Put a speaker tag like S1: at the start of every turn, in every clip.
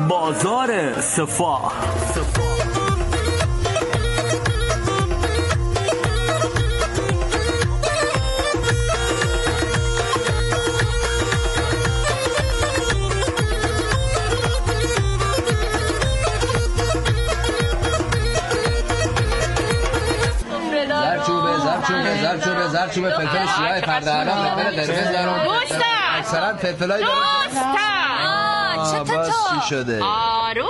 S1: بازار صفا
S2: زرچوبه
S3: آره.
S2: زرچوبه زرچوبه زرچوبه فلفل سیاه پرده علم فلفل قرمز دارم
S3: دوستم.
S2: اکثرا فلفلای دارم
S3: دوستم
S2: آه، باز چی شده
S3: آروم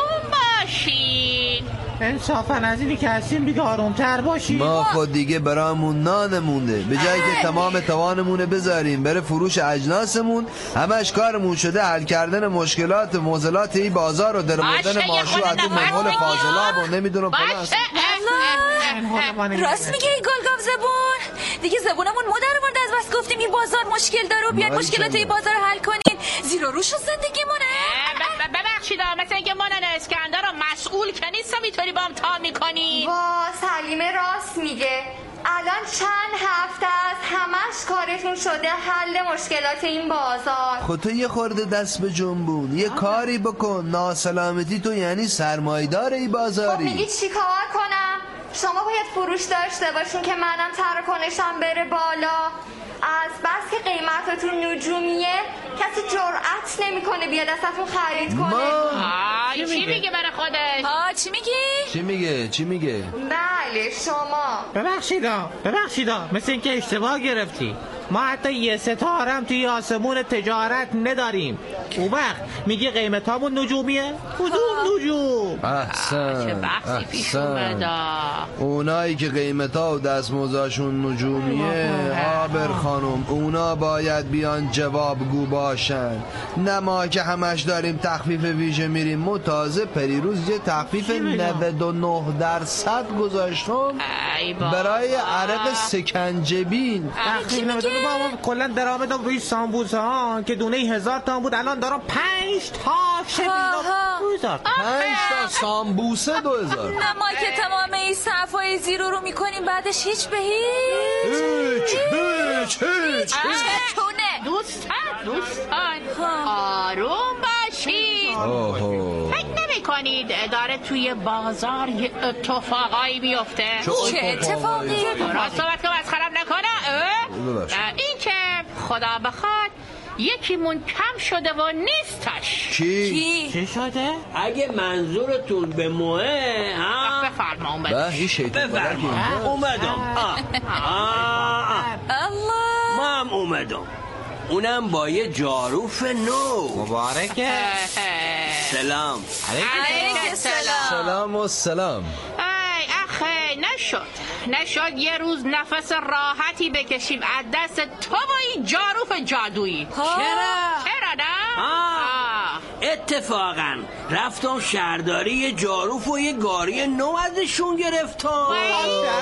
S3: باشین
S4: انصافا از اینی که هستیم دیگه آرومتر باشیم
S2: ما خود دیگه برامون نانمونه به جایی
S3: آره.
S2: که تمام توانمونه بذاریم بره فروش اجناسمون همش کارمون شده حل کردن مشکلات و معضلات این بازار و در آوردن
S3: باشه، یه
S2: ماشو
S3: خود
S2: از اون
S3: نفس
S2: منحول
S3: بگیر.
S2: فاضلاب و نمیدونم فلان
S3: باشه
S2: است.
S5: راست میگه این گلگاف زبون دیگه زبونمون مادر مورد از بس گفتیم این بازار مشکل داره و بیاد
S2: مالی
S5: مشکلات
S2: چنده.
S5: این بازار رو حل کنین زیر و روش زندگی مونه
S3: ب- ب- ببخشید آه، مثل اینکه من اسکندر رو مسئول که نیستم اینطوری بام تا میکنی
S6: وا سلیمه راست میگه الان چند هفته است همش کارتون شده حل مشکلات این بازار
S2: خب تو یه خورده دست به جنبون یه کاری بکن ناسلامتی تو یعنی سرمایدار ای
S6: خب
S2: بازاری
S6: میگی چی کار کنم شما باید فروش داشته باشین که منم تراکنشم بره بالا از بس که قیمتتون نجومیه کسی جرأت نمیکنه بیاد ازتون خرید کنه
S2: ما
S3: آی چی میگه برای خودش
S5: آ چی میگی؟
S2: چی میگه چی میگه
S6: بله شما
S4: ببخشیدا ببخشیدا مثل اینکه اشتباه گرفتی ما حتی یه ستارم توی آسمون تجارت نداریم او وقت میگی قیمتامون نجومیه کدوم نجوم
S3: چه
S2: احسن
S3: بحثی پیش اومد،
S2: احسن
S3: آه.
S2: اونایی که قیمتا و دستموزاشون نجومیه آبر خانم اونا باید بیان جوابگو باشن نه ما که همش داریم تخفیف ویژه میریم مو تازه پریروز یه تخفیف 99 درصد گذاشتم
S3: ای بابا.
S2: برای عرق سکنجبین
S4: تقریبا بدون با ما کلا درآمدم روی سامبوسه ها که دونه ای هزار تا بود الان دارم پنج تا
S5: آها.
S4: هزار تا.
S2: پنج تا سامبوسه دو هزار
S5: نه ما که تمام این صفحای زیر و رو میکنیم بعدش هیچ به هیچ
S2: هیچ هیچ هیچ
S5: چتونه
S3: دوستان دوستان آروم باشین
S2: آهو.
S3: فکر نمی کنید داره توی بازار یه اتفاقایی بیفته
S5: چه اتفاقی؟
S3: راست صحبت کنم از خرم نکنه اه؟
S2: ببخشید.
S3: اه، این که خدا بخواد یکیمون کم شده و نیستش
S2: کی؟
S5: کی؟
S4: چه شده؟
S7: اگه منظورتون به موه ها
S3: بفرما اون
S2: به
S3: بده
S2: بله، این شیطان مادر که
S7: بفرما
S2: اینجا.
S7: اومدم آه. آه، آه.
S5: الله
S7: ما هم اومدم اونم با یه جاروف نو
S4: مبارکه
S7: سلام
S5: علیک السلام
S2: سلام و سلام
S3: ای اخه نشد نشد یه روز نفس راحتی بکشیم از دست تو و این جاروف جادویی
S5: چرا؟
S3: چرا نه؟
S7: آه. اتفاقا رفتم شهرداری یه جاروف و یه گاری نو ازشون گرفتم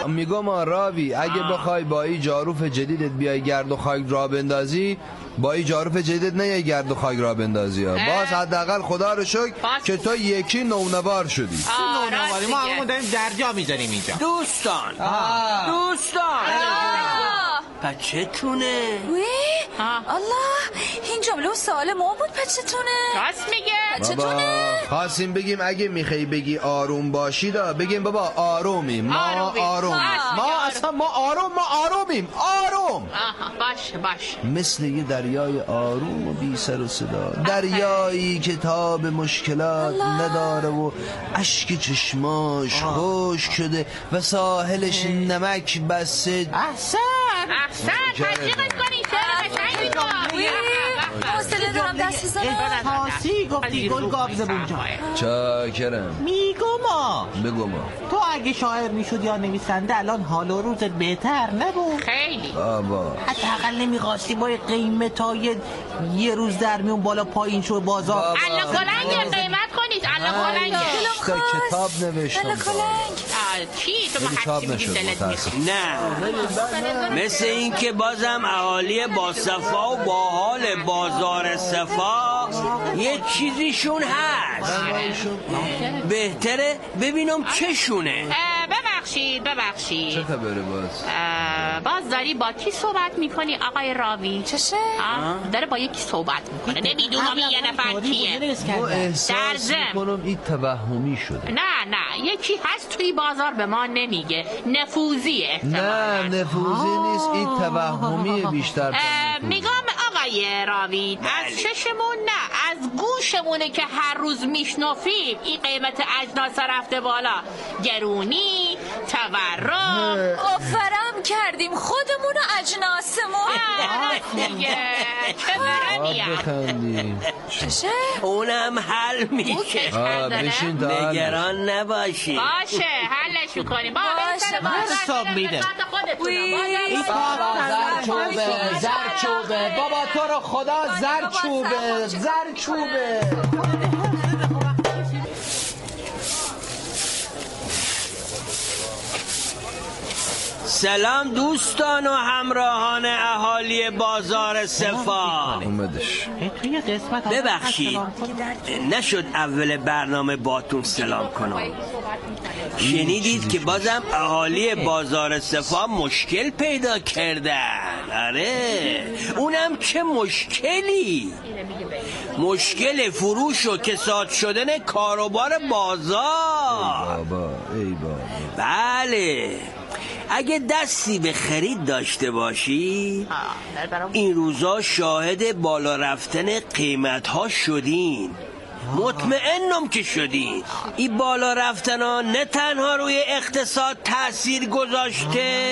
S2: میگم راوی اگه بخوای با این جاروف جدیدت بیای گرد و خاک را بندازی با این جاروف جدیدت نه یه گرد و خاک را بندازی ها. باز حداقل خدا رو شکر
S3: باز-
S2: که تو یکی نونوار شدی
S3: آه، راست
S4: نواری ما
S3: میگه.
S4: همون داریم درجا میذاریم اینجا
S7: دوستان دوستان پس چتونه
S5: وی
S3: آه.
S5: الله این جمله و سوال ما بود پچتونه
S3: راست میگه
S2: بابا
S5: چتونه
S2: خواستیم بگیم اگه میخوای بگی آروم باشی دا بگیم بابا آرومیم ما
S3: آرومیم.
S2: آرومیم
S3: ما
S2: ما
S3: آروم.
S2: اصلا ما آروم ما آرومیم آروم
S3: آها باشه باشه
S2: مثل یه دریای آروم و بی سر و صدا دریایی که تاب مشکلات نداره و اشک چشماش خوش شده و ساحلش نمک بسته
S4: احسن
S3: احسن
S2: جالب.
S3: تشویقش کنی چرا قشنگی
S5: وی حوصله دارم دست بزنم
S4: احساسی گفتی گل گاب زبون جان
S2: چاکرم
S4: میگو ما
S2: بگو ما
S4: تو اگه شاعر میشد یا نویسنده الان حال و روزت بهتر نبود
S3: خیلی
S2: بابا
S4: حداقل نمیخواستی با یه قیمت های یه روز در میون بالا پایین شو بازار
S3: الله کلنگ قیمت کنید الله کلنگ
S2: هشت تا کتاب نوشتم
S5: کلنگ
S3: چی تو
S2: ولی چاپ
S3: محسی
S2: نشد
S3: دلت می‌خواد.
S2: متاسفم
S7: نه مثل اینکه بازم اهالی با صفا و با حال بازار صفا یه چیزیشون هست بهتره ببینم چشونه
S3: اه، ببخشید ببخشید
S2: چه خبره باز
S3: اه، باز داری با کی صحبت میکنی آقای راوی
S5: چشه؟
S3: آه، داره با یکی صحبت میکنه نمیدونم یه نفر کیه
S2: ما احساس
S3: درزم.
S2: میکنم این توهمی شده
S3: نه نه یکی هست توی بازار به ما نمیگه نفوذیه
S2: نه
S3: احتمالاً
S2: نفوذی نیست این توهمی بیشتر
S3: اه،
S2: تنظیم کنه.
S3: میگم آقای راوید
S7: بله.
S3: از چشمون نه از گوشمونه که هر روز میشنفیم این قیمت اجناس رفته بالا گرونی تورم
S5: آفرم کردیم خودمون و اجناسمون
S3: آه، دیگه چه برمی
S2: آه، بخندیم
S5: چشه؟
S7: اونم حل میشه
S2: آه، بشین تا حل بشه.
S7: نگران نباشی
S3: باشه حلش میکنیم با
S5: باشه،
S3: بریم سر
S5: باشه.
S3: بازار،
S4: حساب
S3: بریم
S4: میده.
S3: به سمت خودتون.
S5: وی.
S3: بازار.
S1: بابا زرچوبه زرچوبه بابا تو رو خدا زرچوبه زرچوبه
S7: سلام دوستان و همراهان اهالی بازار صفا
S2: اومدش
S4: توی قسمت
S7: ببخشید نشد اول برنامه باتون سلام کنم شنیدید که بازم اهالی بازار صفا مشکل پیدا کردن آره اونم چه مشکلی مشکل فروش و کساد شدن کاروبار بازار
S2: بابا ای بابا
S7: بله اگه دستی به خرید داشته باشی این روزا شاهد بالا رفتن قیمت ها شدین مطمئنم که شدین این بالا رفتن ها نه تنها روی اقتصاد تاثیر گذاشته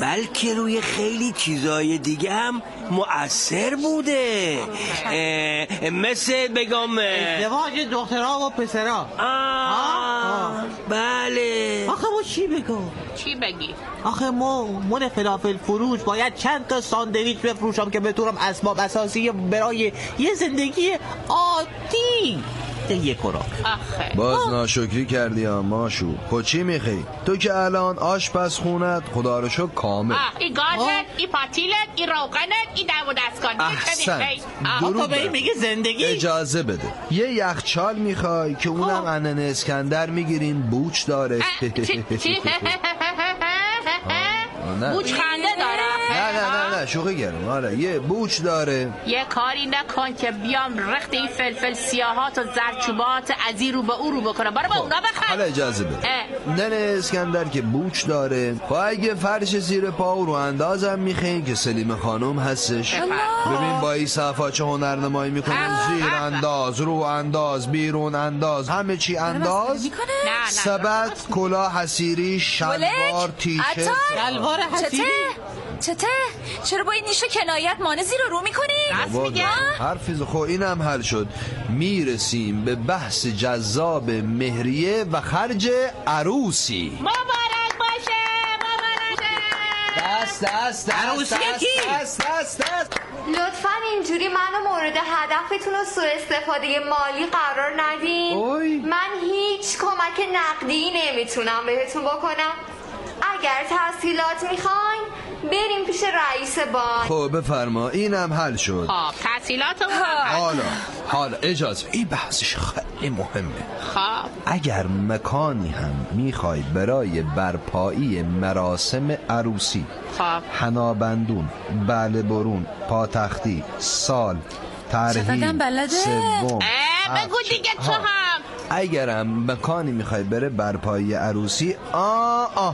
S7: بلکه روی خیلی چیزای دیگه هم مؤثر بوده اه، مثل بگم اه،
S4: ازدواج دخترها و پسرها
S7: آه
S4: آه.
S7: بله
S4: آخه ما چی بگم
S3: چی بگی
S4: آخه ما من فلافل فروش باید چند تا ساندویچ بفروشم که بتونم اسباب اساسی برای یه زندگی عادی تهیه کنم
S3: آخه
S2: باز ناشکری کردی ها ماشو کچی میخی تو که الان آشپز خونت خدا رو شکر کامل
S3: آه، این گازت این پاتیلت این روغنت این دو دستگانه
S2: احسن. درود
S4: آقا به این
S2: بر-
S4: میگه زندگی
S2: اجازه بده یه یخچال میخوای که
S3: خب.
S2: اونم انن اسکندر میگیریم بوچ داره نه.
S3: بوچ خنده داره
S2: نه نه نه نه شوخی کردم آره یه بوچ داره
S3: یه کاری نکن که بیام رخت این فلفل سیاهات و زرچوبات از این رو به او رو بکنم
S2: خب.
S3: برو با اونا
S2: حالا
S3: بخر
S2: اجازه بده
S3: اه.
S2: نن اسکندر که بوچ داره با اگه فرش زیر پا و رو اندازم میخین که سلیم خانم هستش ببین با این صفحه چه هنرنمایی میکنیم
S3: اه.
S2: زیر انداز رو انداز بیرون انداز همه چی انداز
S3: نه
S5: میکنه؟
S3: نه
S2: سبد کلاه حسیری شلوار
S5: ولک
S2: تیشه
S5: عطار
S4: شلوار
S5: چته؟
S4: حسیری
S5: چته؟ چرا با این نیش کنایت مانزی رو رو میکنی؟
S3: راست میگه
S2: حرفی خب اینم حل شد میرسیم به بحث جذاب مهریه و خرج عروسی
S3: مبارک باشه مبارک باشه.
S1: دست دست دست دست دست دست
S6: لطفا اینجوری منو مورد هدفتون و سوء استفاده مالی قرار ندین
S2: اوی.
S6: من هیچ کمک نقدی نمیتونم بهتون بکنم اگر تسهیلات میخواین بریم پیش رئیس بانک
S2: خب بفرما اینم حل شد
S3: خب تحصیلاتمون
S6: خب.
S3: هم
S2: حالا حالا اجازه این بحثش خیلی مهمه
S3: خب
S2: اگر مکانی هم میخوای برای برپایی مراسم عروسی
S3: خب
S2: حنابندون بله برون پاتختی سال طرحی
S5: چقدرم بلده؟
S2: سوم
S3: اه، بگو دیگه تو
S2: ها.
S3: هم
S2: اگرم مکانی میخوای بره برپایی عروسی آ آ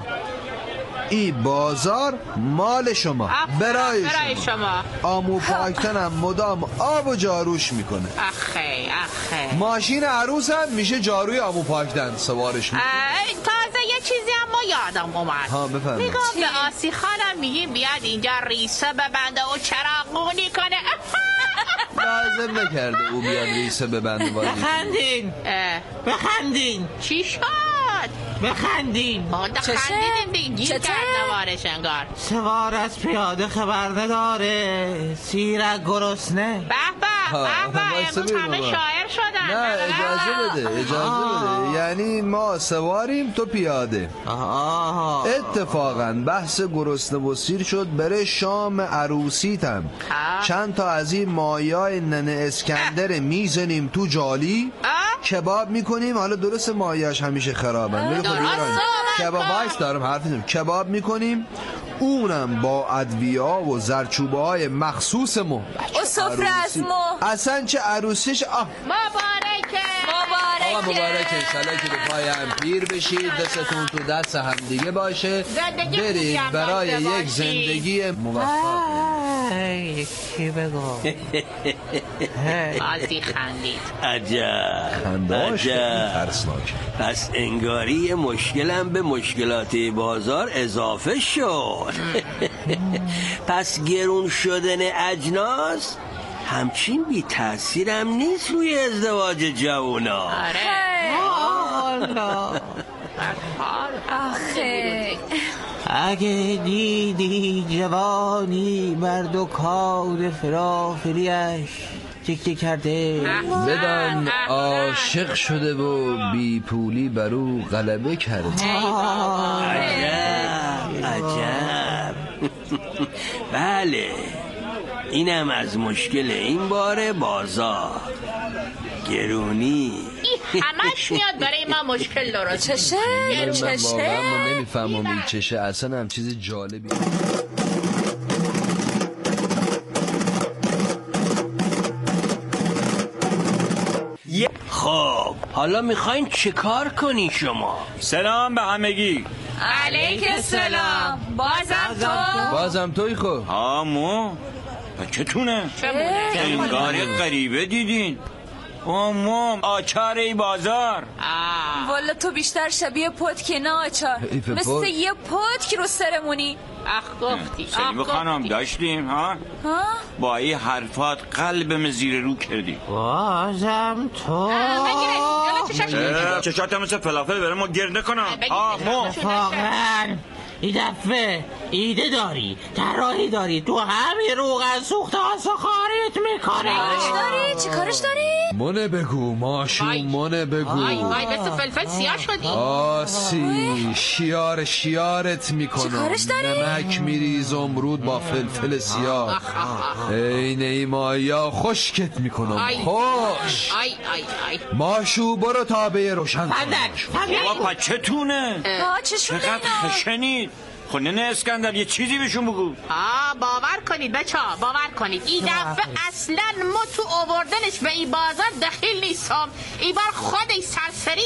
S2: ای بازار مال شما
S3: آفرین،
S2: برای
S3: برای
S2: شما
S3: شما
S2: آمو پاکتنم مدام آب و جاروش میکنه
S3: آخه آخه
S2: ماشین عروس هم میشه جاروی آمو پاکتن سوارش میکنه
S3: ای، تازه یه چیزی هم ما یادم اومد
S2: ها، بفرمایید.
S3: میگم به آسی خانم میگیم بیاد اینجا ریسه ببنده و چراغونی کنه
S2: لازم نکرده او بیاد ریسه ببنده بازی
S4: بخندین
S3: اه،
S4: بخندین
S3: چی شد؟
S4: بخندین
S3: ما
S5: چشه؟
S3: خندیدیم دیگه گیر
S5: چته؟
S3: کرد نوارش انگار
S4: سوار از پیاده خبر نداره سیرک گرسنه
S3: به به
S2: ها،
S3: به به
S2: وایسا
S3: امروز
S2: ببین
S3: همه
S2: بابا.
S3: شاعر شدن
S2: نه اجازه بده اجازه بده یعنی ما سواریم تو پیاده
S4: آه
S2: اتفاقا بحث گرسنه و سیر شد بره شام عروسیتم
S3: آه.
S2: چند تا از این مایای ننه اسکندر میزنیم تو جالی
S3: آه.
S2: کباب میکنیم حالا درست مایاش همیشه خرابن ولی خب
S3: درست
S2: ایران
S3: صحبت
S2: کباب
S3: کن.
S2: وایس دارم حرف میزنم کباب میکنیم اونم با ادویا و زرچوبه های مخصوص ما
S5: و سفره از ما
S2: اصلا چه عروسیش آه
S3: مبارکه
S5: مبارکه
S2: آقا مبارکه انشالله که به پای هم پیر بشید دستتون تو دست هم دیگه باشه
S3: زندگی خوبی
S2: برید
S3: هم
S2: برای
S3: داشته
S2: یک
S3: باشید.
S2: زندگی موفق
S4: یکی بگو
S3: آزی خندید
S7: عجب
S2: خندهاش
S7: عجب
S2: ترسناک
S7: پس انگاری مشکلم به مشکلات بازار اضافه شد پس گرون شدن اجناس همچین بی تاثیرم نیست روی ازدواج جوونا
S3: آره
S5: آه،
S4: والا.
S5: آخه
S4: اگه دیدی جوانی بر دکان فرافریش تکیه کرده
S2: بدان عاشق شده و بی پولی بر او غلبه کرده
S7: عجب عجب بله اینم از مشکل این بار بازار گرونی
S3: این همش میاد برای ما مشکل درست
S5: چشه
S2: من واقعا
S5: چشه
S2: ما نمیفهمم این چشه اصلا هم چیز جالبی
S7: خب حالا میخواین چیکار کنی شما
S8: سلام به همگی
S5: علیک السلام بازم تو
S2: بازم توی خو
S8: آمو چتونه
S3: بمونه
S8: انگار غریبه دیدین آمو آچار بازار
S5: والا تو بیشتر شبیه پتک نه آچار
S2: حیف
S5: مثل
S2: پتک.
S5: یه پتک رو سرمونی
S3: اخ گفتی آخ
S8: سلیم خانم
S3: گفتی
S8: داشتیم ها
S5: ها؟
S8: با این حرفات قلبم زیر رو کردی
S4: بازم تو
S3: بگیرش، حالا چشم
S8: چشاتم مثل فلافل برای ما گرد نکنم
S3: بگیر،
S8: آمو
S3: بگیر.
S4: واقعا این دفعه ایده داری طراحی داری تو همین روغن سوخته ها سخاریت میکنه
S5: کارش داری؟ چی کارش داری؟
S2: منه بگو
S3: وای.
S2: ماشون منه
S3: وای
S2: بگو
S3: وای مثل فلفل سیاه شدی
S2: آسی شیار شیارت
S5: چه
S2: میکنم
S5: کارش داری؟
S2: نمک میریز امرود با فلفل سیاه
S3: آخ، آخ، آخ.
S2: عین ای مایا خشکت میکنم
S3: آی.
S2: خوش
S3: آی آی آی
S2: ماشو برو تابه روشن کن.
S4: فندک فندک
S8: بابا پا چتونه
S5: ها چشون
S8: چقدر
S5: اینا؟
S8: خشنید خونه اسکندر یه چیزی بهشون بگو
S3: آ باور کنید بچه ها باور کنید این دفعه اصلا ما تو آوردنش به این بازار دخیل نیستم این بار خود این سرسری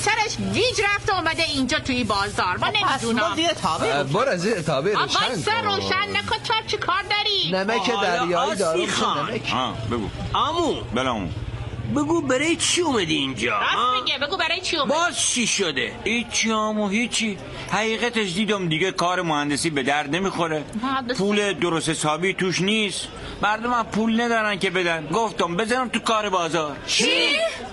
S3: سرش گیج رفته اومده اینجا توی این بازار ما
S4: پس ما
S3: نمیدونم
S4: زیر تابع
S2: برو از این تابه روشن
S3: وایسا
S2: کن
S3: روشن نکن تو چی کار داری
S2: نمک
S7: حالا
S2: دریایی
S7: آسی
S2: دارم
S7: خان.
S2: نمک
S8: ها بگو بله،
S7: آمو
S8: بلامون
S7: بگو برای چی اومدی اینجا ها؟
S3: راست میگه بگو برای چی اومد
S7: باز چی شده
S8: هیچی آمو هیچی حقیقتش دیدم دیگه کار مهندسی به درد نمیخوره
S3: نه، خب، بس-
S8: پول درست حسابی توش نیست مردم هم پول ندارن که بدن گفتم بزنم تو کار بازار
S5: چی؟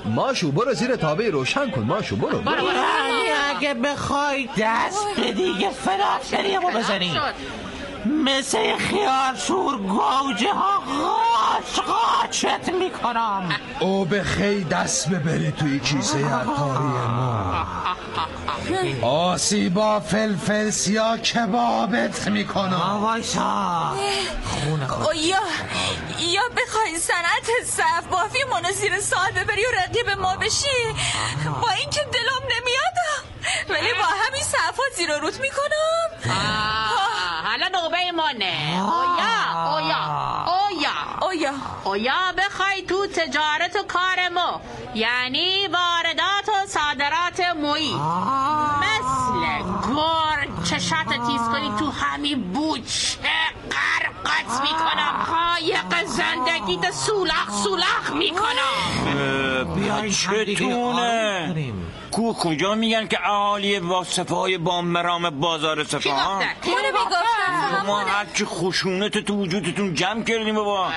S2: ماشو برو زیر تابه روشن کن ماشو برو
S3: برو برو
S4: یعنی اگه بخوای دست به دیگه فلافلی ما بزنی
S3: شد.
S4: مثل خیارشور گوجه ها غاچ غاچت میکنم
S2: او به خی دست ببری توی کیسه عطاری ما آسی با فلفل سیاه کبابت میکنم
S4: وایسا
S5: او یا یا بخوای صنعت صف بافی منو زیر سال ببری و رقیب ما بشی با اینکه دلم نمیاد ولی با همین صفا زیر و روت میکنم
S3: آه، حالا نوبه مانه اویا اویا اویا
S5: او یا
S3: یا بخوای تو تجارت و کار ما یعنی واردات و صادرات مویی مثل گور چشات تیز کنی تو همین بوچه قرقت میکنم قایق زندگیت سولاخ سولاخ میکنم
S4: بیاین همدیگه آروم
S8: چتونه
S4: کنیم.
S8: کو کجا میگن که اهالی واسفای بامرام بازار
S3: کی
S8: سفاهان
S3: گفته؟ کی
S5: منو
S3: گفته؟
S5: بگفتم
S8: ما هرچی خشونت تو وجودتون جمع کردیم بابا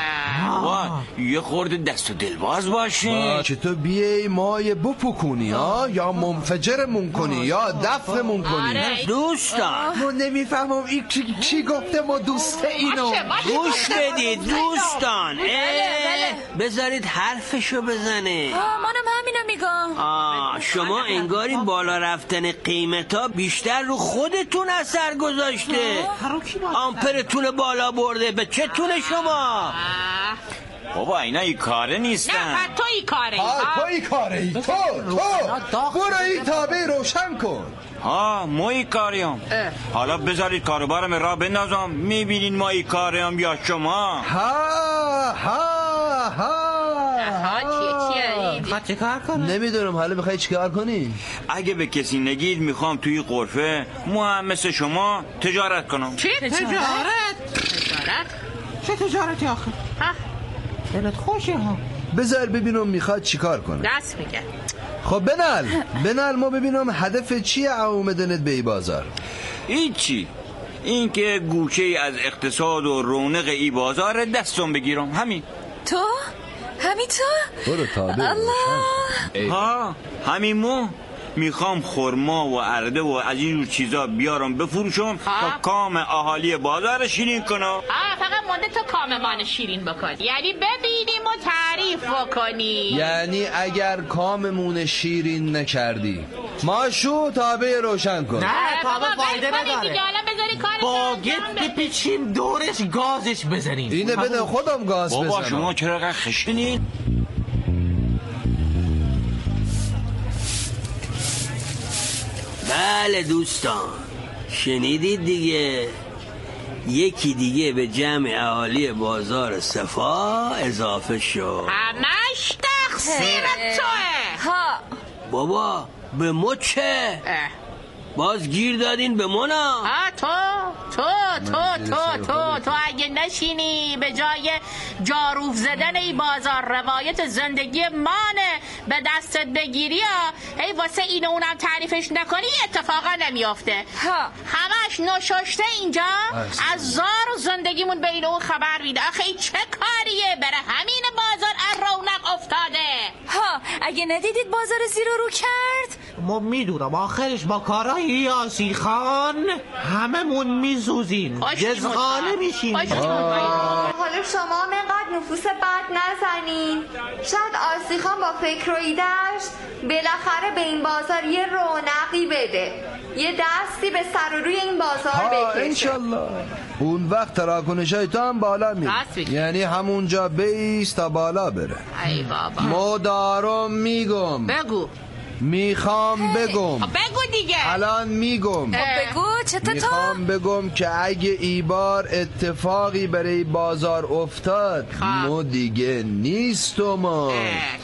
S8: بابا یه خورده دست و دلواز باشین
S2: که تو بیای مایه بپکونی ها یا منفجرمون کنی یا دفنمون کنی
S3: آره
S7: دوستان
S2: ما نمیفهمم این کی, کی گفته ما دوست اینو
S3: باشه، باشه،
S7: گوش
S3: باشه. بله،
S7: بدید دوستان اه،
S5: بله.
S7: بذارید حرفشو بزنه
S5: آه، منم همینو میگم
S7: آه شما انگاری بالا رفتن قیمت ها بیشتر رو خودتون اثر گذاشته آمپرتون بالا برده به چه تونه شما
S8: بابا اینا ای کاره نیستن
S3: نه و تو ای کاره ای
S2: آه،
S3: ها؟
S2: تو ای کاره ای تو تو برو این تابه روشن کن
S8: ها ما ای کاریم
S3: اه.
S8: حالا بذارید کاروبارم را بندازم میبینین ما ای کاریم یا شما
S2: ها ها ها
S3: آها کیه کیه این-
S4: میخواد چیکار کنه
S2: نمیدونم حالا بخوای چیکار کنی
S8: اگه به کسی نگید میخوام توی قرفه ما هم مثل شما تجارت کنم
S3: چی؟
S4: تجارت
S3: تجارت؟
S4: چه تجارتی آخه
S3: آه،
S4: دلت خوشه ها
S2: بذار ببینم میخواد چیکار کنه
S3: راست میگه
S2: خب بنال بنال ما ببینم هدف چیه اومدنت به ای بازار
S8: هیچی اینکه گوشه ای از اقتصاد و رونق ای بازار دستم بگیرم همین
S5: تو همین تو
S2: برو تابه روشن
S5: الله
S8: ها همین مو میخوام خرما و ارده و از این جور چیزا بیارم بفروشم تا کام اهالی بازار شیرین کنم
S3: آه فقط مونده تو کاممان شیرین بکنی یعنی ببینیم و تعریف بکنی
S2: یعنی اگر کاممون شیرین نکردی ماشو تابه روشن کن
S4: نه
S3: بابا
S4: تابه فایده
S3: ول کنید دیگه
S4: نداره
S3: حالا بذاری کار
S4: باگت بپیچیم دورش گازش بزنیم
S2: اینه بده خودم گاز
S8: بابا
S2: بزنم
S8: شما چرا اینقدر خشنین
S7: بله دوستان شنیدید دیگه یکی دیگه به جمع اهالی بازار صفا اضافه شد
S3: همش تقصیر توه
S5: ها
S7: بابا به ما چه
S3: اه.
S7: باز گیر دادین به منا
S3: آه، تو تو تو تو تو تو اگه نشینی به جای جاروف زدن ای بازار روایت زندگی مانه به دستت بگیری ها ای واسه این و اونم تعریفش نکنی اتفاقا نمیافته
S5: ها.
S3: همش نششته اینجا از زار و زندگیمون به این و اون خبر میده آخه این چه کاریه بره همین بازار از رونق افتاده
S5: ها اگه ندیدید بازار زیر و رو کرد
S4: ما میدونم آخرش با کارای یاسی خان هممون میسوزیم
S3: خوش این
S4: جزخانه
S3: مطمئن.
S4: میشیم
S3: خوش این مطمئن.
S6: حالا شما هم اینقدر نفوس بد نزنین شاید آسیخان با فکر و ایدهش بالاخره به این بازار یه رونقی بده یه دستی به سر و روی این بازار
S2: ها
S6: بکشه
S2: انشالله اون وقت تراکنش های تو هم بالا
S3: راست
S2: میره
S3: میگی.
S2: یعنی همونجا بیست تا بالا بره
S3: ای بابا
S2: مدارم میگم
S3: بگو
S2: میخوام
S3: آه،
S2: بگم
S3: بگو دیگه
S2: الان میگم
S3: اه.
S5: خب، بگو چطور تا
S2: میخوام بگم که اگه ای بار اتفاقی برای بازار افتاد ما دیگه نیستم
S3: اه،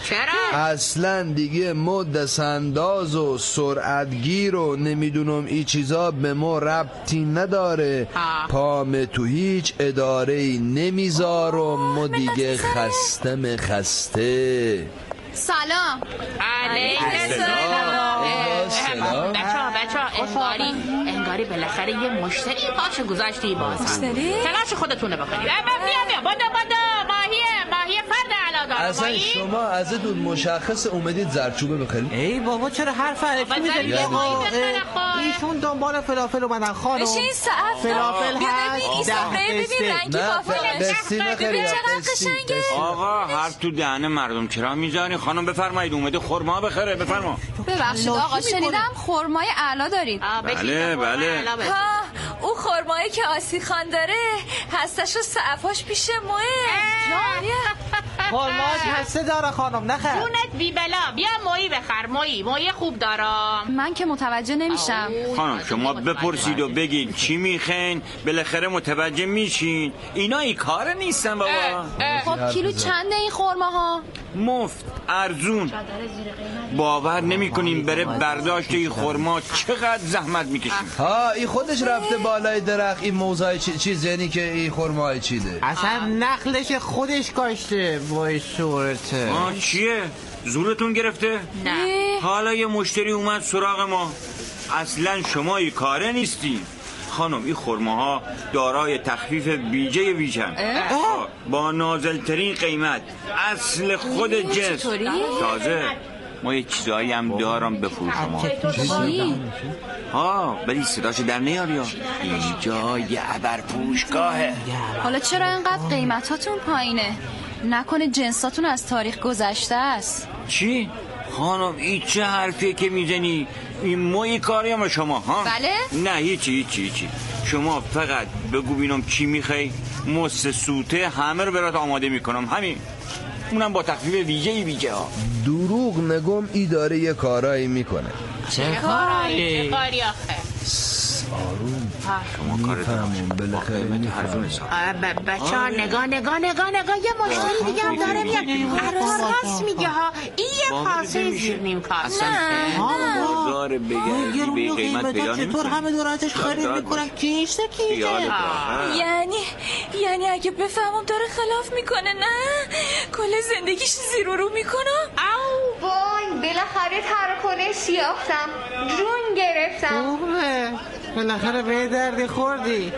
S3: چرا؟
S2: اصلا دیگه ما دستانداز و سرعتگیر و نمیدونم این چیزا به ما ربطی نداره
S3: آه.
S2: پام تو هیچ اداره ای نمیذارم ما دیگه خستم خسته
S6: سلام
S3: علیه
S2: سلام.
S3: بچه ها بچه ها
S5: خب.
S3: انگاری انگاری بالاخره یه مشتری پاش گذاشتی باز
S5: مشتری؟
S3: تلاش خودتونه بکنید بیا بیا بیا بدا بدا ماهیه ماهیه فرد علادار
S2: اصلا
S3: ماهی
S2: شما ازتون مشخص اومدید زرچوبه بخرید
S4: ای بابا چرا حرف علکی
S3: بزن
S4: میزنی
S3: یه
S4: آقا
S3: گویی بخره، خب.
S4: اه، ایشون دنبال فلافل و منن خانم
S5: بشه این ساعت
S4: فلافل
S5: بیا ببین این سفره ببین
S4: هست ده
S5: رنگی
S4: دسته.
S5: وافل
S2: دستی نخرید
S5: ببین چقدر
S2: دستی،
S5: قشنگه.
S2: دستی.
S8: آقا هر تو دهن مردم چرا میزنی خانم بفرمایید اومده خرما بخره بفرما
S5: ببخشید آقا شنیدم خرمای اعلا دارید
S8: بله، بله.
S5: ها او خرمایی که آسی خان داره هستش و سعفاش پیش موه
S4: هرماز هسته داره خانم نخر
S3: اونت خب. بی بلا بیا ماهی بخر ماهی ماهی خوب دارم
S5: من که متوجه نمیشم
S8: خانم شما بپرسید و بگید چی میخین بالاخره متوجه میشین اینا ای کاره نیستن بابا
S5: خب کیلو چنده این خرماها
S8: مفت ارزون باور نمیکنین بره برداشت این خرما چقدر زحمت میکشیم
S2: ها این خودش رفته بالای درخت این موزای چی- چیز یعنی که این خرمای چیده
S4: اصلا نخلش خودش کاشته وای شورته
S8: ما چیه زورتون گرفته
S3: نه
S8: حالا یه مشتری اومد سراغ ما اصلا شما ای کاره نیستین خانم این خرماها دارای تخفیف ویژه ویژن آه، با نازلترین قیمت اصل خود جنس
S5: چطوری؟
S8: تازه ما یه چیزایی هم دارم بفروشم ها ولی صداشو در نیاریا اینجا یه ابر پوشگاهه
S5: حالا چرا اینقدر قیمتاتون پایینه نکنه جنساتون از تاریخ گذشته است
S8: چی؟ خانم این چه حرفیه که میزنی؟ این موی کاری ما شما ها؟
S5: بله؟
S8: نه هیچی هیچی هیچی شما فقط بگو بینم چی میخوای مست سوته همه رو برات آماده میکنم همین اونم با تخفیف ویژه ویژه ها
S2: دروغ نگم ای داره یه کارایی میکنه
S4: چه
S3: چه
S4: کاری؟
S3: کاری آخه
S2: آروم میفهمم بالاخره میفهمم آره.
S3: بچه ها نگاه نگاه نگاه نگاه یه مشتری دیگه هم داره میاد
S2: آره.
S3: هر راست میگه ها این یه
S8: باورت
S3: پاسه
S8: نمیشه.
S3: زیر نیم کاسه
S8: بازار بگردی به
S4: گرونی و
S8: قیمت
S4: قیمت
S8: پیدا
S4: چطور
S8: نمی‌کنی.
S4: همه دور ازش خرید
S8: دارد
S4: میکنن
S8: باش.
S4: کیش کیشه
S8: خیالت راحت.
S5: یعنی یعنی اگه بفهمم داره خلاف میکنه نه کل زندگیش زیر و رو میکنم
S3: او
S6: وای بالاخره تراکنش یافتم جون گرفتم
S4: خوبه بالاخره به دردی خوردی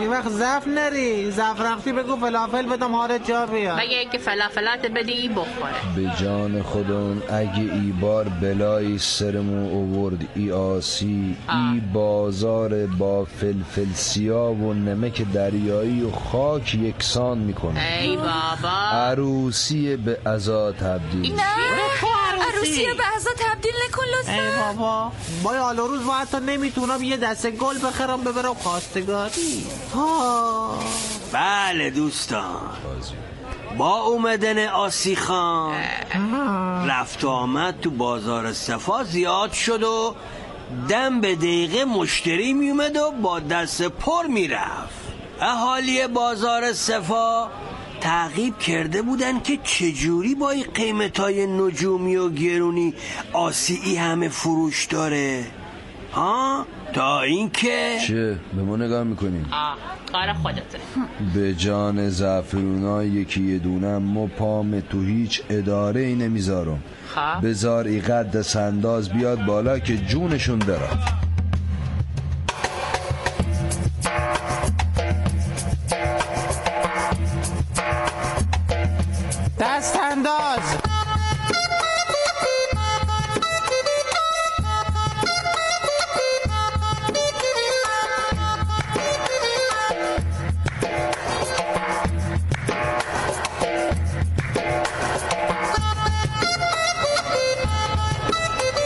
S4: یه وقت ضعف نری ضعف رفتی بگو فلافل بدم حالت جا بیاد
S3: مگه اینکه فلافلات بدی این بخوره
S2: به جان خودم اگه ای بار بلایی سرمو اوورد ای آسی ای بازار با فلفل سیاه و نمک دریایی و خاک یکسان میکنه
S3: ای بابا
S2: عروسی به ازا تبدیل
S5: نه
S4: تو عروسی.
S5: عروسی رو به اعضا تبدیل نکن
S4: ای
S5: لطفا
S4: بابا با حال و روز با حتی نمیتونم یه دسته گل بخرم ببرم خواستگاری ها
S7: بله دوستان با اومدن آسی خان رفت و آمد تو بازار صفا زیاد شد و دم به دقیقه مشتری میومد و با دست پر میرفت اهالی بازار صفا تعقیب کرده بودن که چجوری با این قیمتای نجومی و گرونی آسیعی همه فروش داره ها تا اینکه
S2: چه به ما نگاه میکنیم
S3: آه، کار خودته
S2: به جان زعفرونا یکی یه دونم مو پام تو هیچ اداره ای نمیذارم
S3: خب.
S2: بزار ای قد سنداز بیاد بالا که جونشون برم
S4: دست انداز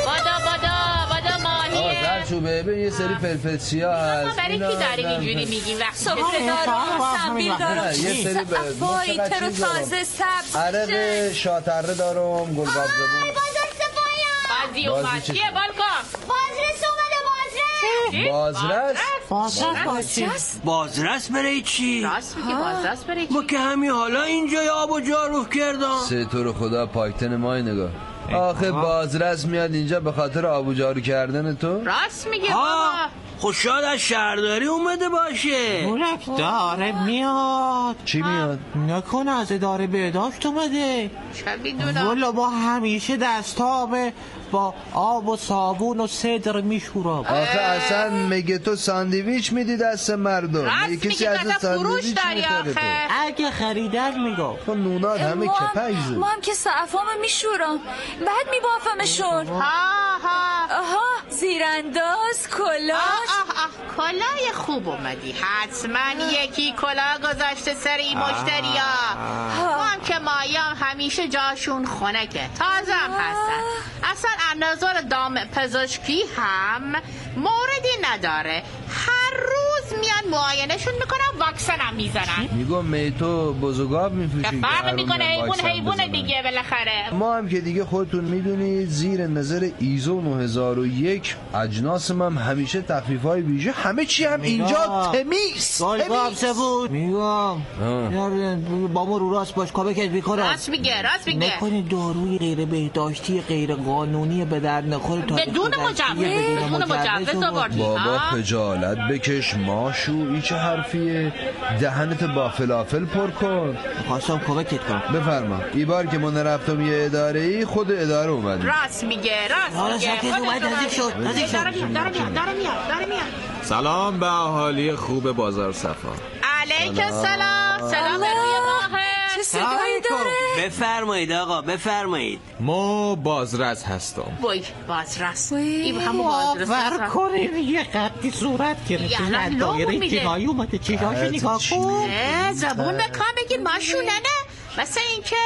S3: بادا بادا بادا
S2: آقا
S3: ماهیه
S2: زرچوبه ببین یه سری فلفل سیاه
S3: ما
S2: هست
S3: برای
S2: اینا
S3: کی داریم
S2: دارن.
S3: اینجوری میگیم وقتی که
S5: صبح
S3: صدا-
S5: دارو
S4: بابا،
S5: سنبیل
S4: همین
S5: دارو
S2: نه، یه سری به- ما
S5: وای
S2: چقدر
S5: تر و
S2: چیز دارم.
S5: تازه سبز
S2: عرب شاتره دارم گل زبون
S6: بازار سپایا
S3: بازی
S2: بازی
S3: اومد
S2: چی؟
S3: کیه بالکن
S6: بازرس اومده بازرس
S3: چی؟
S2: بازرس
S4: بازرس بازی
S7: بازرس برای چی؟
S3: راست میگی بازرس برای
S7: ما
S3: چی؟
S7: که همین حالا اینجا یه آب و جارو کردم
S2: سه تو رو خدا پاکتن مای نگاه آخه بازرس میاد اینجا به خاطر آبو جارو کردن تو
S3: راست میگه
S7: ها
S3: بابا
S7: خوشحال از شهرداری اومده باشه
S4: مولک داره میاد
S2: چی میاد
S4: نکنه از اداره بهداشت اومده
S3: چه میدونم
S4: والا ما همیشه دستابه با آب و صابون و صدر میشورم
S2: آخه اصلا مگه تو ساندویچ میدی دست مردم
S3: راست
S2: مگه
S3: میگی
S2: از
S3: تو فروش
S2: ساندویچ
S3: داری
S2: می‌خره تو؟
S3: آخه
S4: اگه خریدن میگم
S2: تو نونات همه
S5: ما هم-
S2: کپکزه
S5: ما هم که سعفامو میشورم بعد میبافمشون
S3: ها ها
S5: آها زیرانداز کلاش
S3: آه آه آه کلاه خوب اومدی حتما یکی کلاه گذاشته سر این مشتری ها ما هم که مایام همیشه جاشون خونکه تازه هم هستن اصلا اندازار دام پزشکی هم موردی نداره هر روز میان معاینشون میکنن واکسن هم میزنن
S2: میگم می تو بزرگاب
S3: که
S2: میفروشی
S3: فرق میکنه حیوان
S2: واکسن
S3: حیوان
S2: بزنن.
S3: دیگه بالاخره
S2: ما هم که دیگه خودتون میدونید زیر نظر ایزو 9001 اجناس من هم همیشه تخفیف های ویژه همه چی هم اینجا تمیز
S4: گل
S2: تمیز
S4: گابزه بود میگم با ما رو راست باش کابه کش بیکنم
S3: راست میگه راست میگه
S4: نکنید داروی غیر بهداشتی غیر قانونی به درد نخور تا
S3: بدون مجوز بدون مجوز آوردی
S2: بابا
S3: ها
S2: خجالت بکش ماشو ای چه حرفیه دهنت با فلافل پر کن
S4: خواستم کمکت کنم
S2: بفرما ای بار که ما نرفتم یه اداره ای خود اداره اومدیم
S3: راست میگه راست
S4: حالا
S3: میگه
S4: ساکت اومد، نزدیک شد، نزدیک شد.
S3: داره میاد داره میاد داره میاد داره میاد
S9: سلام به اهالی خوب بازار صفا
S3: علیک سلام سلام
S5: الله،
S3: بر روی ماهت
S5: چه صدایی داره
S7: خب، بفرمایید آقا بفرمایید
S9: ما بازرس هستم
S3: وای بازرس
S5: وای،
S3: این همون بازرس
S4: باور کنین یه خطی صورت گرفت
S3: یعنی
S4: از
S3: لامو
S4: دایره
S3: میده.
S4: جنایی اومده چیزاشو نگاه
S2: چی؟
S4: کن
S3: اه، زبون به کام بگی ماشونه نه مثل اینکه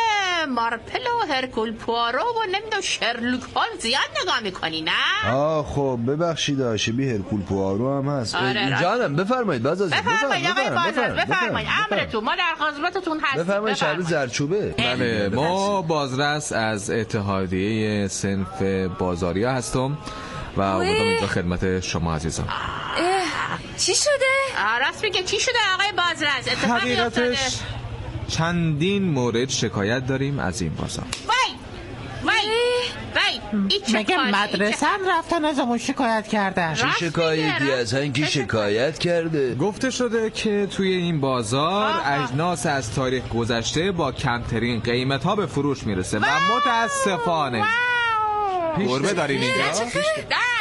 S3: مارپل و هرکول پوارو و نمیدونم شرلوک هولمز زیاد نگاه میکنی نه
S2: آه خب ببخشید آشبی هرکول پوارو هم هست
S3: آره، راست.
S2: جانم بفرمایید باز از
S3: بفرمایید آقای بازرس بفرمایید امرتون ما در خدمتتون هستیم
S2: بفرمایید شهر
S3: بفرمایید.
S2: زرچوبه
S9: بله ما بازرس از اتحادیه سنف بازاریا هستم و آمدم اینجا خدمت شما عزیزان
S5: اه، چی شده؟
S3: آه، راست میگه چی شده آقای بازرس اتفاقی افتاده
S9: حقیقتش چندین مورد شکایت داریم از این بازار
S3: وای وای وای این چه
S4: مگه
S3: کاری؟
S4: مدرسه هم رفتن از همون شکایت کردن
S3: چه- راست میگه،
S2: شکایتی
S3: راست
S2: از هنگی
S3: میگه.
S2: شکایت کرده
S9: گفته شده که توی این بازار
S3: آها.
S9: اجناس از تاریخ گذشته با کمترین قیمت ها به فروش میرسه و متاسفانه
S3: واو.
S9: گربه دارین اینجا
S3: نه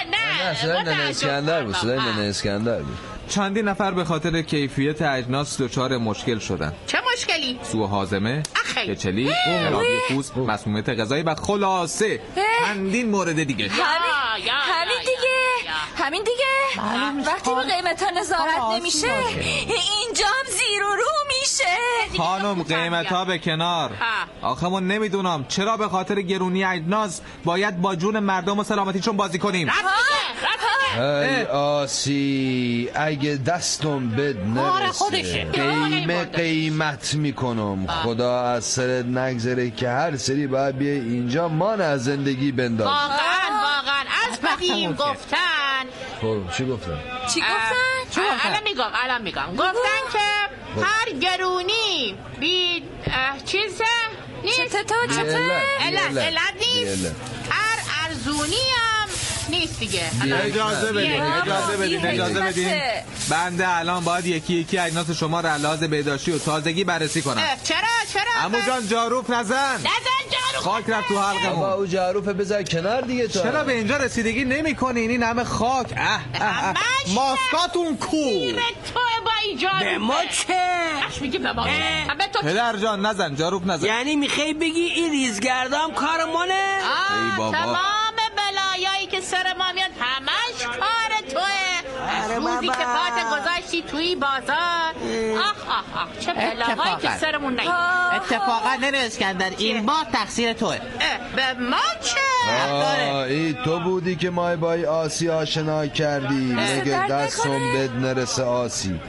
S3: نه
S2: نه صدای
S3: ما
S2: ننه
S3: تعجب
S2: اسکندر بود صدای
S3: کردم.
S2: ننه اسکندر بود
S9: چندین نفر به خاطر کیفیت اجناس دچار مشکل شدن
S3: چه مشکلی
S9: سو حازمه
S3: آخی.
S9: کچلی خرابی پوست مسمومیت غذایی و خلاصه چندین مورد دیگه
S3: یا،
S5: همین
S3: یا،
S5: همین
S3: یا،
S5: دیگه
S3: یا. آره.
S5: همین دیگه وقتی به قیمت ها نظارت نمیشه اینجا هم زیر و رو میشه
S9: خانم قیمت ها به کنار
S3: آه.
S9: آخه ما نمیدونم چرا به خاطر گرونی اجناس باید با جون مردم و سلامتیشون بازی کنیم
S3: راست میگه، راست میگه.
S2: ای آسی اگه دستم بد
S3: کار بله.
S2: نرسه
S3: خودشه.
S2: قیمه
S3: آه.
S2: قیمت میکنم خدا از سرت نگذره که هر سری باید بیای اینجا مان از زندگی بنداز
S3: واقعا واقعا از قدیم گفتن
S2: خب چی گفتم؟
S5: چی گفتن؟
S3: اه، الان میگم الان میگم گفتن که هر گرونی بی اه، چیزه نیست
S5: چطه تو
S2: بی
S5: چطه؟
S2: علت، بی
S3: علت علت
S2: بی
S3: نیست
S2: علت.
S3: هر ارزونی هم نیست دیگه
S2: بی
S3: الان.
S9: اجازه بدین
S5: بابا،
S9: اجازه بدین
S5: بی
S9: اجازه
S5: حکمته.
S9: بدین بنده الان باید یکی یکی اجناس شما را لحاظ بهداشتی و تازگی بررسی کنم
S3: اه، چرا چرا
S9: عمو جان جاروف نزن
S3: نزن جارو
S9: خاک رفت تو
S2: بابا
S9: حلقمون
S2: او جعروف بذار کنار دیگه تو
S9: چرا به اینجا رسیدگی نمی کنین این همه خاک اه اه اه.
S3: همش
S9: ماسکاتون کو
S3: به تو با این جارو
S7: به ما چه
S3: اش میگی به ما به تو
S9: پدر جان نزن جاروف نزن
S7: یعنی میخوای بگی این ریزگردام کار مانه
S3: آه،
S9: ای بابا.
S3: تمام بلایایی که سر ما میاد همش کار توه از
S7: آره
S3: روزی
S7: بابا.
S3: که پات گذاشتی توی بازار آخ آخ آخ چه بلاهایی
S4: اتفاقاً.
S3: که سرمون نیاد
S4: اتفاقا ننه اسکندر این بار تقصیر توه
S3: اه، به ما چه بله.
S2: آه، ای تو بودی که ما با ای آسی آشنا کردی اگه
S5: درد
S2: دستم
S5: نکنه.
S2: بد نرسه آسی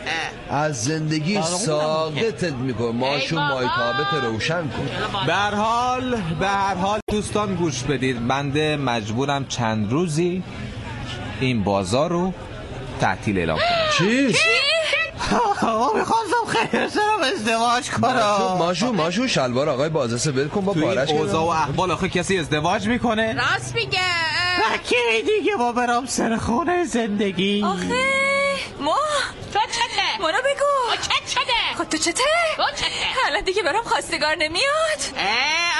S2: از زندگی
S4: داغونم
S2: ساقتت میکن ماشون
S3: ای بابا.
S2: مایتابت روشن کن
S9: به هر حال به هر حال دوستان گوش بدید بنده مجبورم چند روزی این بازار رو تعطیل اعلام کنم
S2: چی؟
S4: آقا میخواستم خیر سرم خب ازدواج کنم خب.
S2: ماشو ماشو شلوار آقای بازرسه ول کن با
S9: تو این
S2: پارش
S9: اوضاع و احوال آخه کسی ازدواج میکنه
S3: راست میگه اه،
S4: کی دیگه ما برام سر خونه زندگی
S5: آخه ما
S3: تو چته
S5: مانا بگو
S3: چت شده
S5: خب تو چته؟
S3: تو چته
S5: الان دیگه برام خواستگار نمیاد
S3: اه،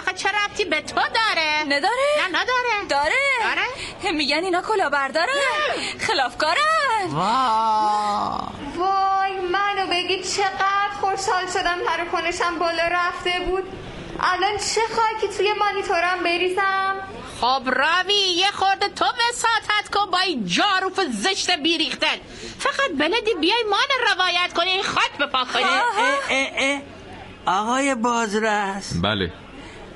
S3: آخه چه ربطی به تو داره
S5: نداره؟
S3: نه نداره
S5: داره
S3: داره؟
S5: میگن اینا کلا بردارن خلافکارن
S4: آه.
S6: وای منو بگی چقدر خوشحال شدم تراکنشم بالا رفته بود الان چه خاکی توی مانیتورم بریزم
S3: خب راوی یه خورده تو وساطت کن با این جاروف زشت بیریختن فقط بلدی بیای مان روایت کنی این خاک به پا کنی
S7: اه اه اه. آقای بازرس
S9: بله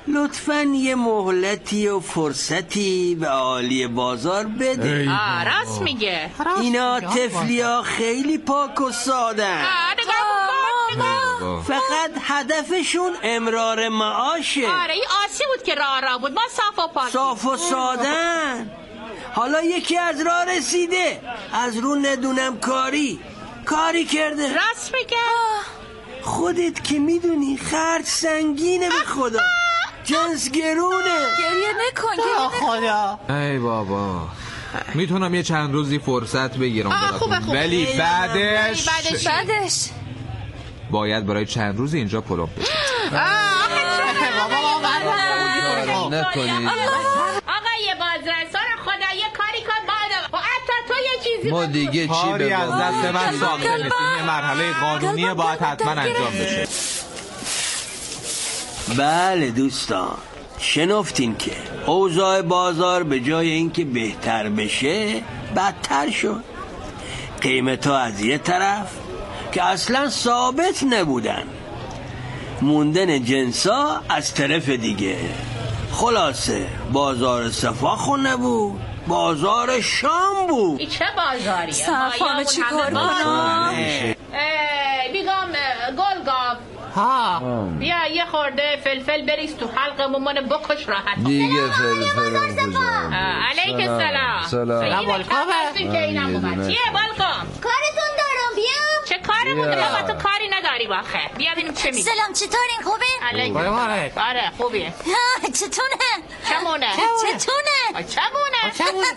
S7: لطفا یه مهلتی و فرصتی به عالی بازار بده
S3: آه، راست میگه
S7: اینا تفلیا خیلی پاک و سادن
S3: آه، نگاه کن، نگاه کن.
S7: فقط هدفشون امرار معاشه
S3: آره این آسی بود که راه راه بود ما صاف و پاکی
S7: صاف و سادن حالا یکی از راه رسیده از رو ندونم کاری کاری کرده
S3: راست میگه
S7: خودت که میدونی خرج سنگینه به خدا جنس گرونه
S5: گریه نکن گریه
S4: آه،
S5: نکن
S4: خدا
S9: ای بابا میتونم یه چند روزی فرصت بگیرم
S3: آه،
S9: براتون.
S3: خوبه، خوبه.
S9: ولی
S3: ای،
S9: بعدش
S3: ولی بعدش-
S5: بعدش
S9: باید برای چند روز اینجا پلو
S4: بابا
S2: کن نکنی
S3: آقای بازرسان خدا یه کاری کن بعد و حتی تو یه چیزی
S2: ما
S3: بگو.
S2: دیگه چی
S9: کاری
S2: به
S9: از دست
S2: بازرسه؟
S9: من ساخته نیست این یه مرحله قانونیه باید حتما انجام بشه
S7: بله دوستان شنفتین که اوضاع بازار به جای اینکه بهتر بشه بدتر شد قیمت ها از یه طرف که اصلا ثابت نبودن موندن جنسا از طرف دیگه خلاصه بازار صفا خو نبود بازار شام بود
S3: این چه بازاریه
S5: صرفانه
S3: مایه
S5: چیکار
S3: همه
S5: کنم؟
S3: بازار. اه، بیگم اه، گلگام
S4: ها
S3: بیا یه خورده فلفل بریز تو حلق مامان بکش راحت
S2: دیگه فرفرم کجا
S3: آه، علیک السلام
S2: سلام
S3: اینم
S4: بالکام.
S3: هستی که اینم اومد. چیه بالکام
S10: کارتون دارم بیام
S3: چه کاری بوده
S2: بیا.
S3: بابا تو کاری نداری باخه بیا ببینیم چه میگه
S10: سلام چطورین خوبه؟
S3: علیک
S4: قربانت
S3: آره خوبیه
S10: ها، چتونه؟
S3: چمونه آه،
S10: چتونه؟
S3: چمونه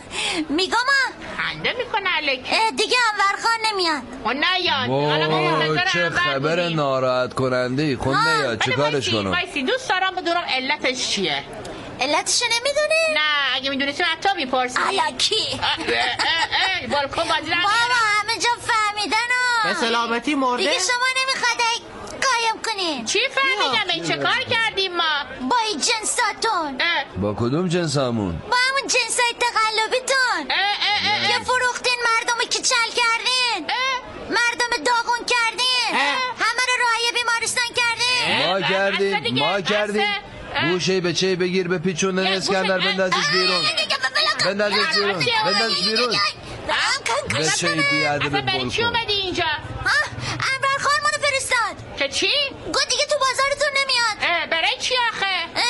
S10: میگم آه،
S3: خنده میکنه علیک
S10: اه، دیگه انور خان نمیاد
S3: و نه یاد حالا ما
S2: وای
S3: منتظر
S2: چه
S3: انور
S2: خبر
S3: بودیم.
S2: ناراحت کننده ای خود
S10: آه،
S2: نیا
S3: ولی
S2: چیکارش
S3: وایسی،
S2: کنم
S3: وایسی دوست دارم بدونم علتش چیه
S10: علتشو نمیدونه؟
S3: نه اگه میدونستی من از تو میپرسی
S10: علکی
S3: بالکن بازی
S10: بابا همه جا فهمیدن
S4: به
S10: آه.
S4: سلامتی مرده
S10: دیگه شما نمیخواد ای قایم کنین
S3: چی فهمیدم این چه کار کردیم ما
S10: با این جنساتون
S3: اه،
S2: با کدوم جنسمون
S10: با همون جنسای تقلبیتون
S3: اه، اه، اه،
S10: که فروختین مردم رو کچل کردین
S3: اه.
S10: مردم داغون کردین همه رو راهی بیمارستان کردین
S2: ما
S3: بس
S2: کردیم
S3: دیگه،
S2: ما
S3: بس.
S2: کردیم
S3: اه.
S2: گوشه به چه بگیر به پیچون
S3: یه
S2: اسکندر
S3: گوشه-
S2: بندازش بیرون بندازش بیرون بندازش بیرون به چه بیادر
S3: اصلا برای چی
S2: بالکن
S3: اومدی اینجا
S10: انبر خان منو فرستاد
S3: که چی
S10: گفت دیگه تو بازارتون نمیاد
S3: اه، برای چی آخه
S10: اه،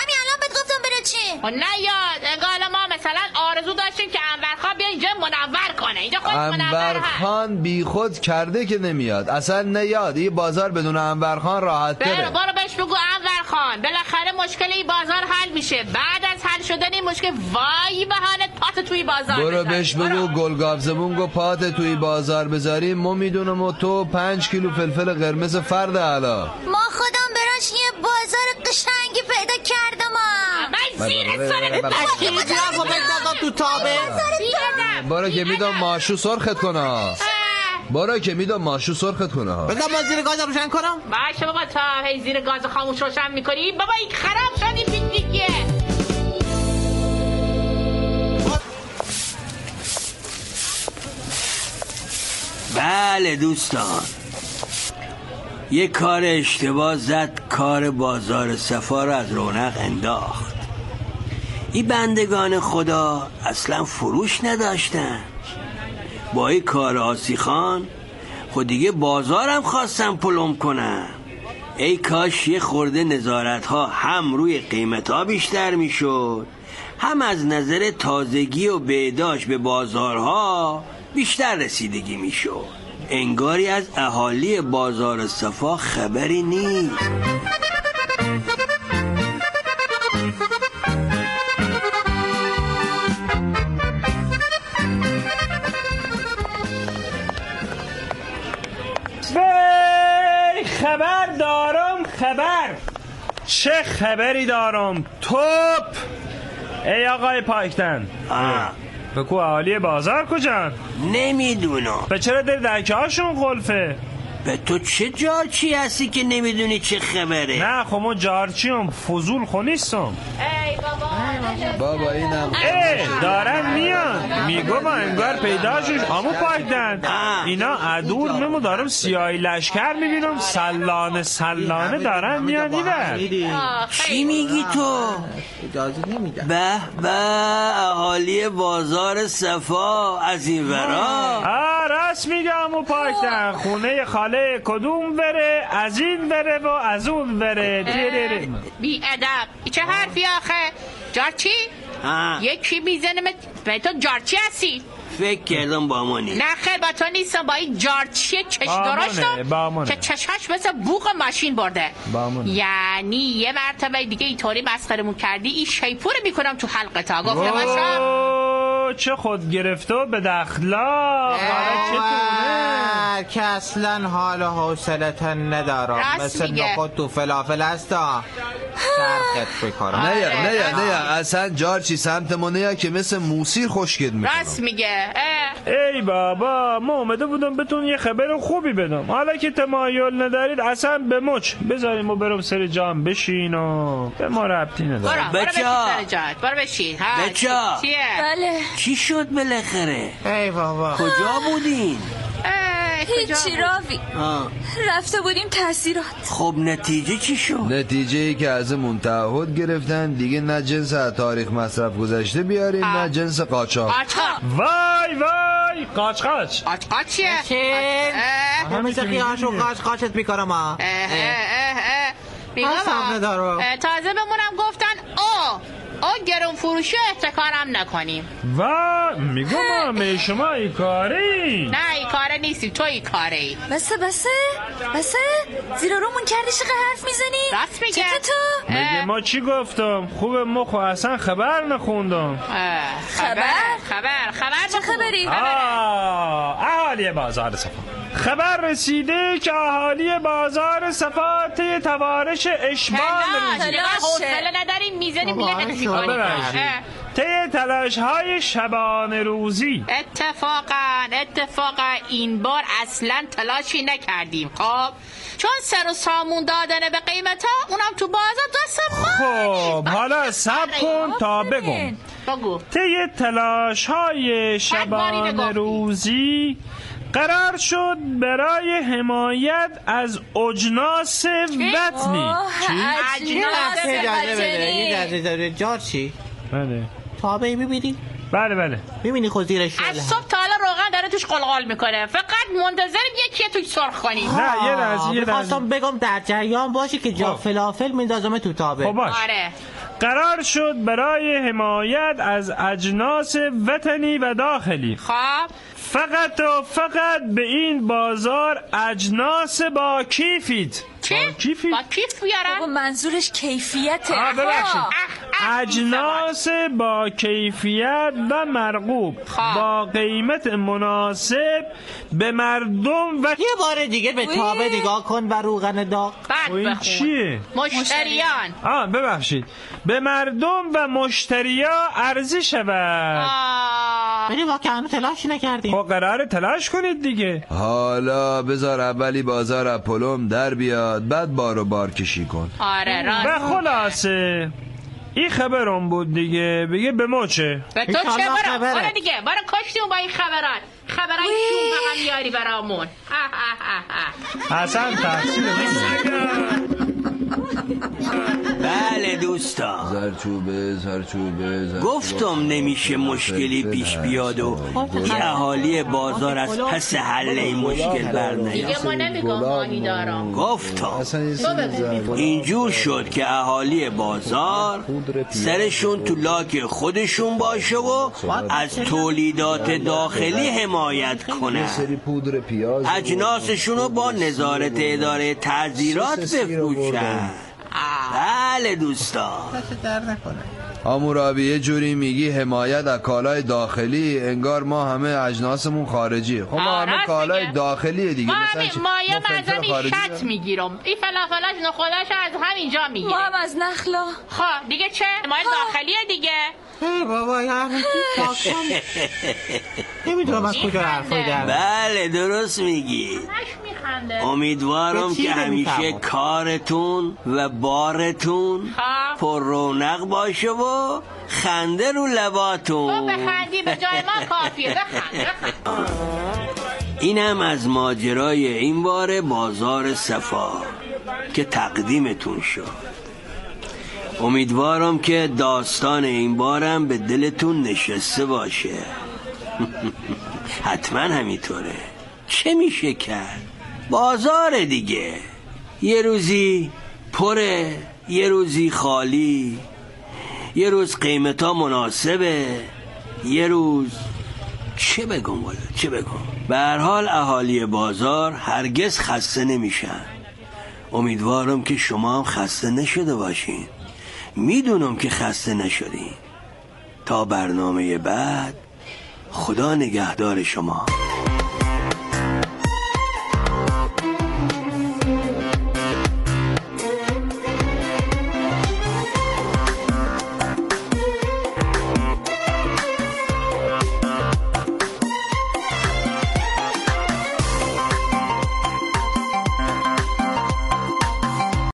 S10: همین الان بهت گفتم برای چی
S3: و خب، نه یاد انگار ما مثلا آرزو داشتیم که انورخان بیا اینجا منور کنه اینجا خب، خود منور
S2: انور
S3: هست
S2: خان بیخود کرده که نمیاد اصلا نیاد این بازار بدون انور خان راحت
S3: برو
S2: تره
S3: برو بهش بگو انور خان بالاخره مشکل این بازار حل میشه بعد از حل شدن این مشکل وای به حال پات توی بازار
S2: برو
S3: بذاری.
S2: بهش بگو
S3: برو.
S2: گلگافزمون گو پات توی بازار بذاری ما میدونم و تو پنج کیلو فلفل قرمز فرد علا
S10: ما خودم براش یه بازار قشنگی پیدا کردم آه.
S3: من زیر
S2: برو،
S3: سرت
S2: برو، برو.
S3: باشی.
S4: این جرف رو بندازم تو تابه
S3: بیادم.
S2: برو که میدم ماشو سرخت کنه ها.
S3: اه.
S2: برو که میدم ماشو سرخت کنه ها.
S4: بگم با زیر گاز روشن کنم
S3: باشه بابا تا هی زیر گاز خاموش روشن میکنی بابا این خراب شد این پیکنیکیه
S7: بله دوستان یه کار اشتباه زد کار بازار صفا رو از رونق انداخت این بندگان خدا اصلا فروش نداشتن با این کار آسی خان خود دیگه بازارم خواستم پلم کنم ای کاش یه خورده نظارت ها هم روی قیمت ها بیشتر میشد هم از نظر تازگی و بهداشت به بازارها بیشتر رسیدگی میشد انگاری از اهالی بازار صفا خبری نیست
S1: بی خبر دارم خبر چه خبری دارم توپ ای آقای پایکتن
S7: آه.
S1: بگو اهالی بازار کجان
S7: نمیدونم
S1: و چرا در دکه هاشون قلفه
S7: به تو چه جارچی هستی که نمیدونی چه خبره
S1: نه خب ما جارچیم فضول خونیستم
S3: ای بابا
S2: بابا اینم
S1: ای دارن میان میگو با انگار پیداشوش آمو پایدن اینا ادور ممو دارم سیاهی لشکر میبینم سلانه سلانه دارن میان اینه
S7: چی میگی تو؟
S4: اجازه نمیدم
S7: به به اهالی بازار صفا از این ورا
S1: آ راست میگه آمو پایدن خونه خاله کدوم بره از این بره و از اون بره دیره.
S3: بی ادب چه حرفی آخه جارچی
S7: ها،
S3: یکی میزنه به تو جارچی هستی
S7: فکر کردم با ما نیست.
S3: نه خیر با تو نیستم با این جارچی چش
S1: بامانه،
S3: درشتم
S1: بامانه.
S3: که چشاش مثل بوق ماشین برده
S2: بامانه.
S3: یعنی یه مرتبه دیگه اینطوری مسخرمون کردی این شیپور میکنم تو حلقتا گفته باشم
S1: اوه، چه خود گرفته و آره، به دخلا
S4: که اصلا حال و حوصلت ندارم
S3: راست
S4: مثل
S3: میگه.
S4: نخود تو فلافل هستا سرخت بکنم
S2: نه یا نه یا نه یا اصلا جارچی سمت ما نیا که مثل موسیر خوشگل میکنم
S3: راست میگه اه.
S1: ای بابا ما اومده بودم بتون یه خبر خوبی بدم حالا که تمایل ندارید اصلا به مچ بذاریم و برم سر جام بشین و به ما ربطی نداره
S3: برو برو
S7: بچه
S3: بشین
S7: ها.
S3: سر جات برو بشین ها
S7: بچه ها.
S3: چیه
S5: بله
S7: چی شد بالاخره؟
S4: ای بابا
S7: کجا بودین؟
S3: اه،
S5: هیچی راوی
S7: آه.
S5: رفته بودیم تاثیرات
S3: بله.
S7: خب نتیجه چی شد
S2: نتیجه ای که ازمون تعهد گرفتن دیگه نه جنس از تاریخ مصرف گذشته بیاریم نه جنس قاچاق
S3: آچا
S1: وای وای قاچ قاچ
S3: آچا چیه؟
S4: چین
S3: اه،
S4: همه سقی هاشو قاچ قاچت میکنم ها
S3: اه، اه، اه، اه. میگم
S4: هر صبنه دارو.
S3: اه، تازه بمونم گفتن آ آ گرون فروشی افتکارم نکنیم
S1: و میگم همه شما ای کاری
S3: نه ای کاره نیستی تو ای کاره ای
S5: بسه بسه بسه زیرا رومون کردی چقدر حرف میزنی
S3: راست میگه.
S5: چته تو
S1: مگه ما چی گفتم خوب مخو اصلا خبر نخوندم
S3: اه،
S5: خبر؟
S3: خبر خبر
S5: چه خبری
S1: آه، اهالی بازار صفا خبر رسیده که اهالی بازار صفا طی توارش اشبال روز-
S3: نه
S5: روزی.
S3: حوصله نداریم میزنیم لعنت
S1: آه،
S3: میکنیم
S1: ببخشید.
S3: اه.
S1: طی تلاش های شبانه روزی
S3: اتفاقا اتفاقا این بار اصلا تلاشی نکردیم خب چون سر و سامون دادن به قیمت ها اونم تو بازار دست
S1: خب حالا سب کن تا بگم
S3: ما آره، بگو
S1: طی تلاش های
S3: اینو
S1: شبانه
S3: گفتی.
S1: روزی قرار شد برای حمایت از اجناس وطنی
S5: آه، عجیب
S3: اجناس
S4: اجازه بده
S5: وطنی.
S4: یه اجازه داره جار چی
S1: بله
S4: تابعی میبینی
S1: بله بله
S4: میبینی خود زیر شعله
S3: از صبح تا حالا روغن داره توش قلقال میکنه فقط منتظریم یکی توش سرخ کنیم
S1: نه یه لحظه یه لحظه
S4: میخواستم بگم در جریان باشی که جا
S1: خب.
S4: فلافل میندازمه تو تابه
S1: خب باش
S3: آره
S1: قرار شد برای حمایت از اجناس وطنی و داخلی
S3: خب
S1: فقط و فقط به این بازار اجناس با کیفید
S3: چی؟
S1: با کیفید
S3: با کیف
S5: بابا
S3: بیارن
S5: منظورش کیفیته
S1: آه، ببخشید.
S5: آه.
S1: اجناس با کیفیت و مرغوب
S3: خب.
S1: با قیمت مناسب به مردم و
S4: یه بار دیگه به تابه نگاه کن و روغن داغ
S3: بعد
S1: خب این
S3: بخون
S1: چیه؟
S3: مشتریان
S1: آه ببخشید به مردم و مشتریا عرضه شود
S3: آه.
S4: ولی ما که هنوز تلاش نکردیم
S1: خب قرار تلاش کنید دیگه
S2: حالا بذار اولی بازار از پلم در بیاد بعد بار و بار کشی کن
S3: آره
S1: و
S3: راست
S1: خلاصه این خبرم بود دیگه بگه به مچه
S3: به تو چه آره
S4: ایشالله
S3: برا
S4: خبره.
S3: برو دیگه برو کشتیم با این خبرات خبرای شوم بقیم یاری برامون اه، اه، اه، اه.
S1: حسن تحصیل
S7: بله دوستان
S2: زرچوبه زرچوبه زرچوبه.
S7: گفتم نمیشه مشکلی پیش بیاد و این اهالی بازار از پس حل این مشکل بر نیاد.
S3: دیگه ما نمیگم ماهی دارم
S7: گفتم
S2: اصلا یه سیب زرد.
S7: اینجور شد که اهالی بازار سرشون تو لاک خودشون باشه و از تولیدات داخلی حمایت
S2: یه
S7: کنن
S2: سری پودر پیاز
S7: اجناسشون رو با نظارت اداره تعذیرات بفروشن بله دوستان
S2: آمورابی یه جوری میگی حمایت از کالای داخلی انگار ما همه اجناسمون خارجی خب ما
S3: آه،
S2: همه
S3: راست
S2: کالای
S3: میگه.
S2: داخلیه دیگه
S3: ما
S2: مثلا چی؟
S3: همین مایه
S2: ما فلفل
S3: مزم این
S2: خارجی
S3: شط
S2: داریم؟
S3: میگیرم این فلافلاش نخودش از همینجا
S5: ما
S3: میگیره
S5: هم از نخلا
S3: خب دیگه چه؟ مایه داخلیه دیگه
S4: ای بابا یعنی نمیدونم از کجا حرفای در
S7: بله درست میگی
S3: هش میخنده
S7: امیدوارم
S4: به چی
S7: که همیشه
S4: نمی‌فهمم؟
S7: کارتون و بارتون
S3: خب.
S7: پر رونق باشه و خنده رو
S3: تو
S7: لباتون
S3: بخندی به جای ما کافیه بخند بخند.
S7: اینم از ماجرای این بار بازار صفا که تقدیمتون شد امیدوارم که داستان این بارم به دلتون نشسته باشه حتما همینطوره چه میشه کرد بازار دیگه یه روزی پره یه روزی خالی یه روز قیمت ها مناسبه یه روز چه بگم والا چه بگم به هر حال اهالی بازار هرگز خسته نمیشن امیدوارم که شما هم خسته نشده باشین میدونم که خسته نشدین تا برنامه بعد خدا نگهدار شما